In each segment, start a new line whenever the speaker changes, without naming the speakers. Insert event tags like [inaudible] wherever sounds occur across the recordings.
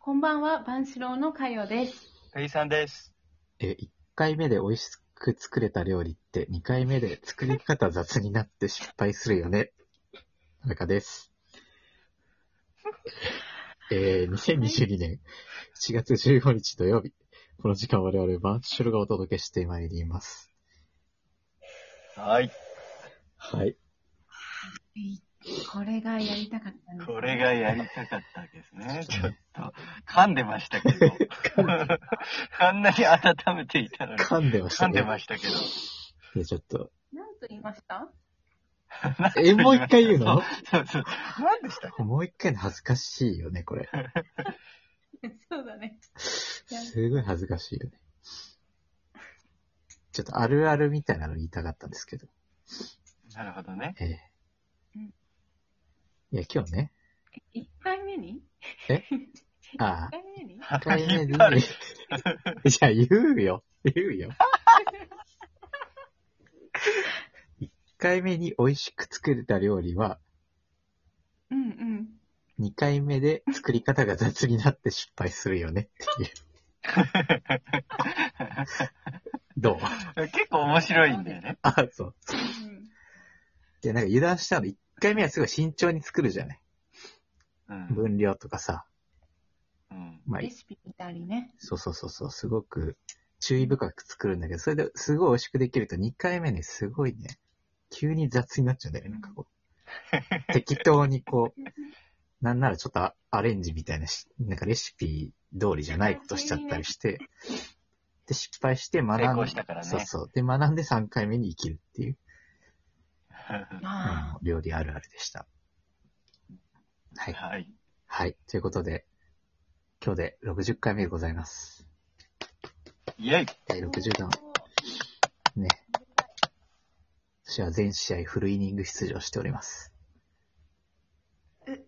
こんばんは、万四郎の佳代です。
ペイさんです。
え、1回目で美味しく作れた料理って、2回目で作り方雑になって失敗するよね。田中です。えー、2022年7月15日土曜日。この時間我々バーチャルがお届けしてまいります。
はい。
はい。
これがやりたかったんです。
これがやりたかったわけですね。 [laughs] ちょっと、噛んでましたけ [laughs] ど。あんなに温めていたのに。
噛んでました
噛ん
ね。
でましたけど。
いやちょっと。
なんと言いました [laughs]
え、もう一回言う
[laughs]
の
そうそう。何でしたっ
もう一回の恥ずかしいよね、これ。
そうだね。
すごい恥ずかしいよね。ちょっとあるあるみたいなの言いたかったんですけど。
けなるほどね。
ええ
うん
いや、今日ね。
1回目に
あ
[laughs] ?1 回目に
あ、一 [laughs] 回目
引
に
っ張る。
じゃあ言うよ。言うよ。一回目に美味しく作れた料理は、
[laughs] うんうん。
二回目で作り方が雑になって失敗するよねっていう。どう [laughs]
結構面白いんだよね。
あ、そう。
うん
で、なんか油断したの。一回目はすごい慎重に作るじゃない。
うん。
分量とかさ。
うん。
まあ
レ、シピ見たりね。
そうそうそうそう、すごく注意深く作るんだけど、それですごい美味しくできると2回目ね、すごいね、急に雑になっちゃうんだよね、なんかこう。適当にこう、なんならちょっとアアレンジみたいなし、なんかレシピ通りじゃないことしちゃったりして、で、失敗して学
成
ん
功
で、
したからね
そうそう。で、学んで3回目に生きるっていう、
あ
あの料理あるあるでした。はい。
はい。
はい。ということで、今日で60回目でございます。
イェイ
第
あ。
60弾。ね。私は全試合フルイニング出場しております。
え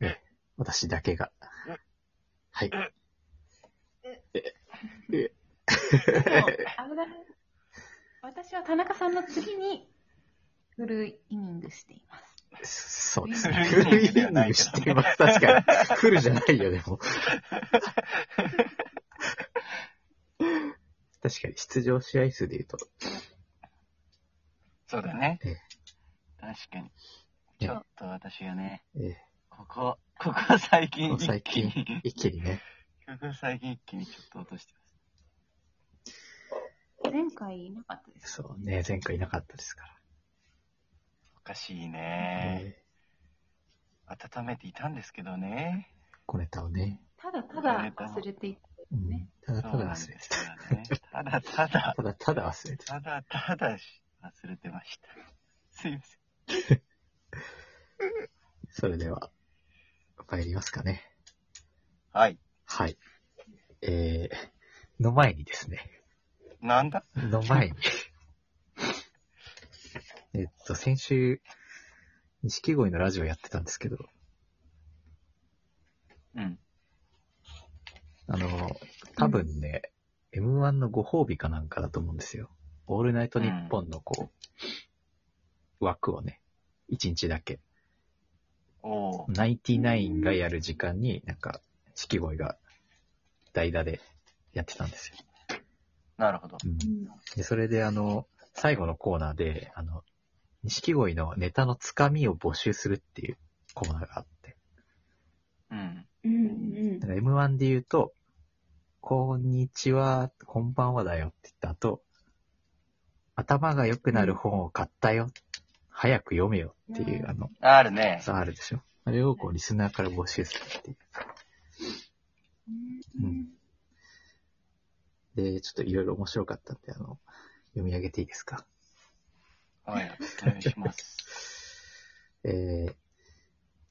え私だけが
え。
はい。
でもあれだね私は田中さんの次にフルイニングしています。
そうですね。
フ
フ
ルイ
ルイ
ニングでは
ニ
な
ン
い
グ
けどね
してます。確かに。フルじゃないよ、で
[laughs]
も。確かに、出場試合数で言うと。
そうだね
ええ。
確かに。
ええ
ちょっと私がね、
ええ
ここ、ここ最近
ここ
一
最
気
近
[laughs] に、
一気にね。
ここ最近一気にちょっと落としてます。
前回いなかったです。
そうね、前回いなかったですか
おかしい
ら。
ね。
ええ
温めていたんですけどね。
小ネタをね。
ただただ忘れていた。
うん。ただ
そ
た
う
だ
なんで
忘
す
れ
よ
てた。
ね。ただただ、
ただただ忘れてた。
ただただし忘れてました。すいません。
それでは、参りますかね。
はい。
はい。えー、の前にですね。
なんだ
の前 [laughs] に。えっと、先週、錦鯉のラジオやってたんですけど、
うん。
あの、多分ね、M1 のご褒美かなんかだと思うんですよ。オールナイトニッポンのこう、枠をね、一日だけ、
おー
ナインティナインがやる時間に、なんか、錦鯉が代打でやってたんですよ。
なるほど。
うんで、それであの、最後のコーナーで、あの、錦鯉のネタのつかみを募集するっていうコーナーがあって。
うん。
うんうん
だから M1 で言うと、こんにちは、こんばんはだよって言った後、頭が良くなる本を買ったよ。早く読めよっていう、あの、
あるね。
さあるでしょ。あれをこう、リスナーから募集するっていう。
うん。
で、ちょっといろいろ面白かったんで、あの、読み上げていいですか。
はい。お願いします。
えー、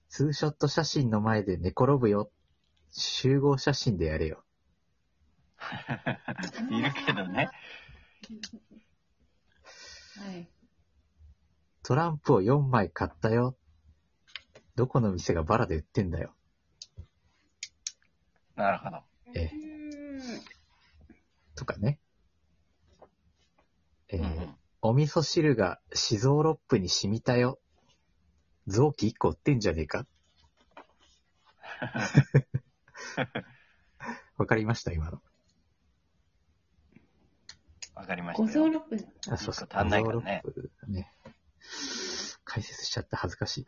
ツーショット写真の前で寝転ぶよ。集合写真でやれよ。
いるけどね。
はい。
トランプを4枚買ったよ。どこの店がバラで売ってんだよ。
なるほど。
ええとかね。えー
うん
お味噌汁がシゾーロップに染みたよ。臓器1個売ってんじゃねえか。わかりました、今の。
わかりま
五
した
臓
よ。
六腑。
あ、そうそう。
一個足んないからね
謎ロックね。解説しちゃって恥ずかしい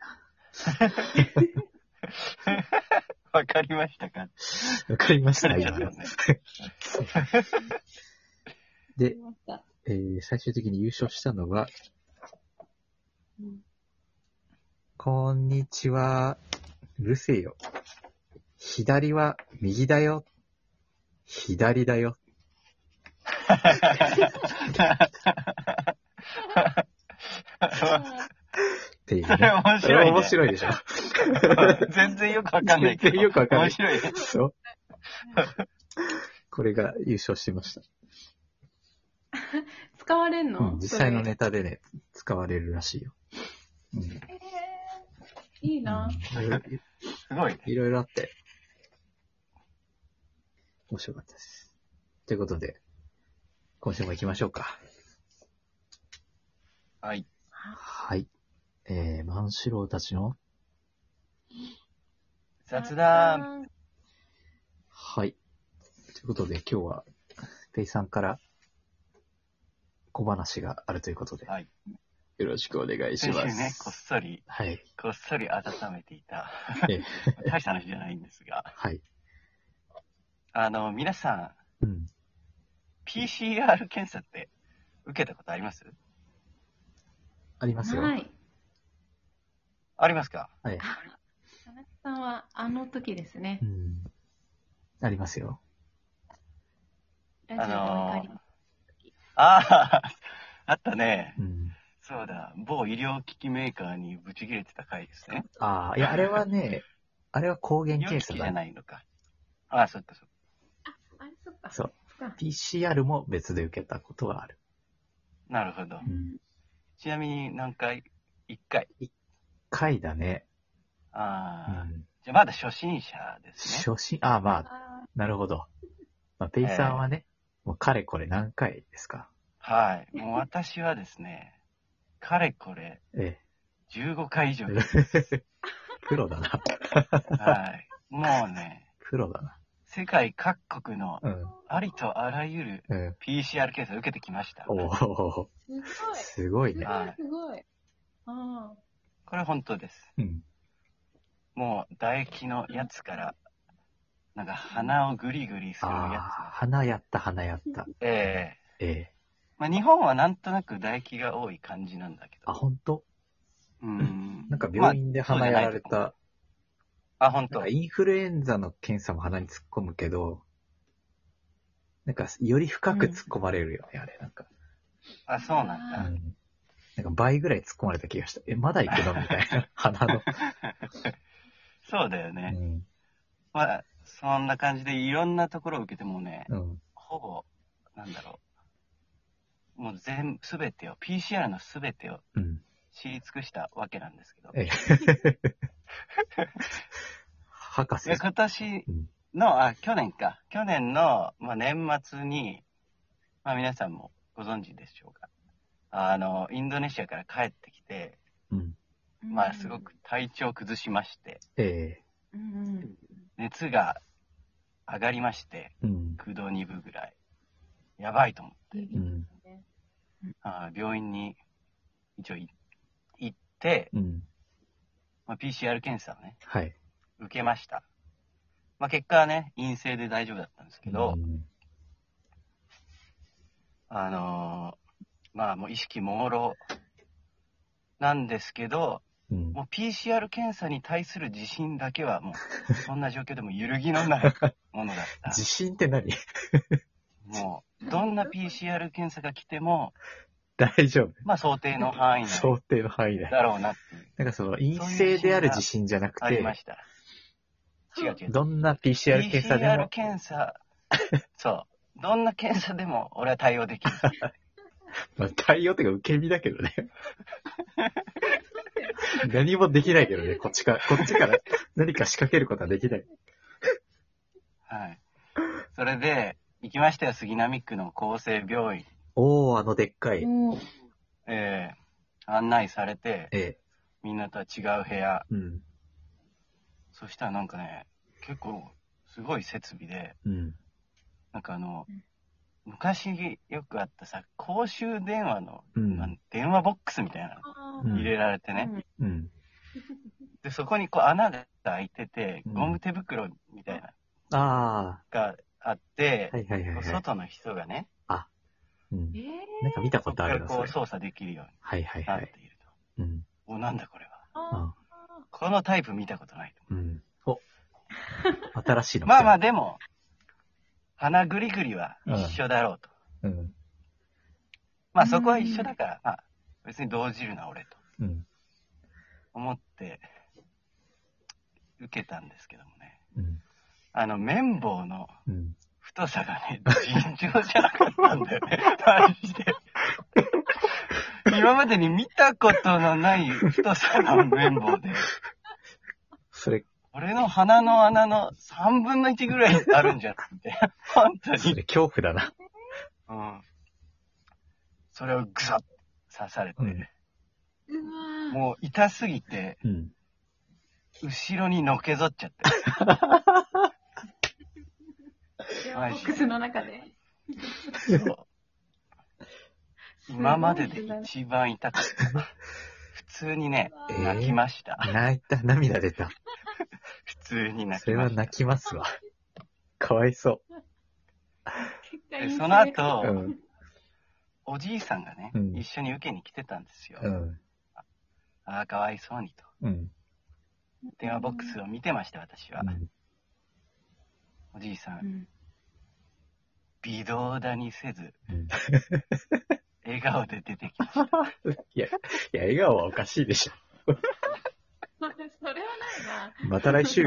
わかりましたか
な。わかりまし
そ
た、
れちょ
今
っと
の。
ね。
で、
わかりました
えー最終的に優勝したのは、
うん
こんにちは。うるせえよ。左は右だよ。左だよ。っていう、
それ
ね。
[laughs] 面
それ
白い、ね。
面白いでしょ。
全然よくわかんないけど。
全然よくわかんない
面白いね。
そう。これが優勝しました。
使われん
う
の
ん、実際の。
それ
ネタでね、使われるらしいよ。うん。
えーいいな。
うん
すごい。
いろいろあって、面白かったです。ということで、今週も行きましょうか。
はい。
はい。えー、万四郎たちの、
雑談。
はい。ということで、今日は、ペイさんから小話があるということで、
はい。
よろしくお願い
先
し
週
ます。
ね、こっそり、
はい。
こっそり温めていた
ええ。
大した話じゃないんですが。
はい。
あの、皆さん、
うん。
PCR 検査って受けたことあります
ありますよ。
はい。
ありますか
はい。
あ田中さんはあの時ですね
う。ん。ありますよ。
ラジオでお怒り
ああ、あったね。
うん。
そうだ。某医療機器メーカーにブチ切れてた回ですね。
ああ、いや、あれはね、あれは抗原
医療
検
機
査
器じ
だ
ゃ。ないのか。ああ、そっかそっか。
あれ、そっか。
そう
そっか。
PCR も別で受けたことはある。
なるほど。
うん。
ちなみに何回 ?1 回。
回だね。う
ああ、
ん。
じゃあまだ初心者ですね。
初心、ああ、まあ、
あ
なるほど。まあ、ペイさんはね、もうかれこれ何回ですか。
はい。もう私はですね、かれこれ
[laughs] え
15回以上
え
です。。
プロだな。
はい。もうね、
プロだな。
世界各国の
うん。
ありとあらゆる
うん。
PCR 検査を受けてきました。
お
こ
お、
すごい。す
すごい
ごい
ね。
はい、
すごい。ああ。
れ本当です。
うん。
もう唾液のやつから、なんか鼻をグリグリす
あ
る
あ、
や
花やった、花やった。
つ。ええ
ええ。
まあ日本はなんとなく唾液が多い感じなんだけど。
あ、ほんと
うん。
なんか病
院、
院で花やられた、
あ、本
なん
当
か。インフルエンザの検査も鼻に突っ込むけど、なんかより深く突っ込まれるよね、あれ。なんか、
あ、そうなん
う
だ。
ん。なんか倍ぐらい突っ込まれた気がした。え、まだ行くのみたいな。鼻の。
そうだよね。
[laughs] うん。
まあ、そんな感じでいろんなところを受けてもね、
うん。
ほぼ、なんだろう。もう全、すべてを、PCR のすべてを
うん。
知り尽くしたわけなんですけど。
ええ。博士
で、。今年
うん
の、あ、去年か。去年の、まあ、年末に、まあ、皆さんもご存知でしょうか。あの、インドネシアから帰ってきて、
うん。
まあ、すごく。体調崩しまして、
え
うんうん。
熱が上がりまして、
え。うん。
9度2分ぐらい。やばいと思って
ビ
う
ビ
ん。
あー病院に一応い行って、
うん。
まあ、PCR 検査をね、
はい。
受けました。まあ、結果はね、陰性で大丈夫だったんですけど、
うん
あのーまあもう意識朦朧なんですけど、
うん。
もう PCR 検査に対する自信だけはもう、そんな状況でも揺るぎのないものだっ
[laughs] 自信って何
た。もう、どんな PCR 検査が来ても、
大丈
まあ想定
[laughs]
の範囲
夫。
内
想定の範囲内。
だろうなっていう
なんかその陰性である自信じゃなく
あり
て、
ました。違う違う。
どんな PCR 検査で
PCR
も、
検査、そう。どんな検査でも俺は対応できる。
まあ、対応っていうか受け身だ
[laughs]
けどね。何もできないけどね、こっちから、こっちから何か仕掛けることはできない。
はい。それで、行きましたよ、杉並区の厚生病院。
おおあのでっかい。
おー
えー案内されて、
ええ。
みんなとは違う部屋。
うん。
そしたらなんかね、結構、すごい設備で、
うん。
なんかあの
うん、
昔よくあったさ、公衆電話の、
うん
まあ電話ボックスみたいな
あ
う
の
ん
入れられて
あ、
ね、
うん。
で、そこにこう穴が開いてて、
うん
ゴム手袋みたいなの
あ
があって
あ、、はいはいはい
こう
はい。
外の人がね、
うん
え。え
なんか見た
そ
こ
こと
あ
から
るな、そ
こ
れ
う。操作できるよう
はいはい
にな
は
って
い。
いると。
うん。
お、なんだこれは。
あ
このタイプ見たことないと。
うん。
[laughs]
お。新しいの来
ま
た
あまあ、でも、鼻ぐりぐりは一緒だろうと。
うん。
まあそこは一緒だから、まあ別に動じるな俺と
うん。
思って受けたんですけどもね。
うん。
あの綿棒の
うん。
太さがね、尋常じゃなかったんだよね。マジで。今までに見たことのない太さの綿棒で、
それ、
俺の鼻の穴の3分の1ぐらいあるんじゃなくて、本当に
そ。れ恐怖だな。
うん。それをぐさっ刺されて、
うん
ーうわ
もう痛すぎて、
うん。
後ろにのけぞっちゃって。
ー
マ
ボ
ジ
ックスの中で。
そう。今までで一番痛かった。普通にね、
えー
泣きました。
泣いた、涙出た。
普通に泣
そ
き
れ
ま
は
した。
泣きますわ。かわいそ
でその後
う。うん。
おじいさんがね、
うん
一緒に受けに来てたんですよ。
うん。
ああ、かわいそうにと。
うん。
電話ボックスを見てました、私は。おじいさ、
うんん。
微動だにせず、
うん
笑顔で出てきました。
いや、いや、笑顔はおかしいでしょ。
それはないな。
また来週。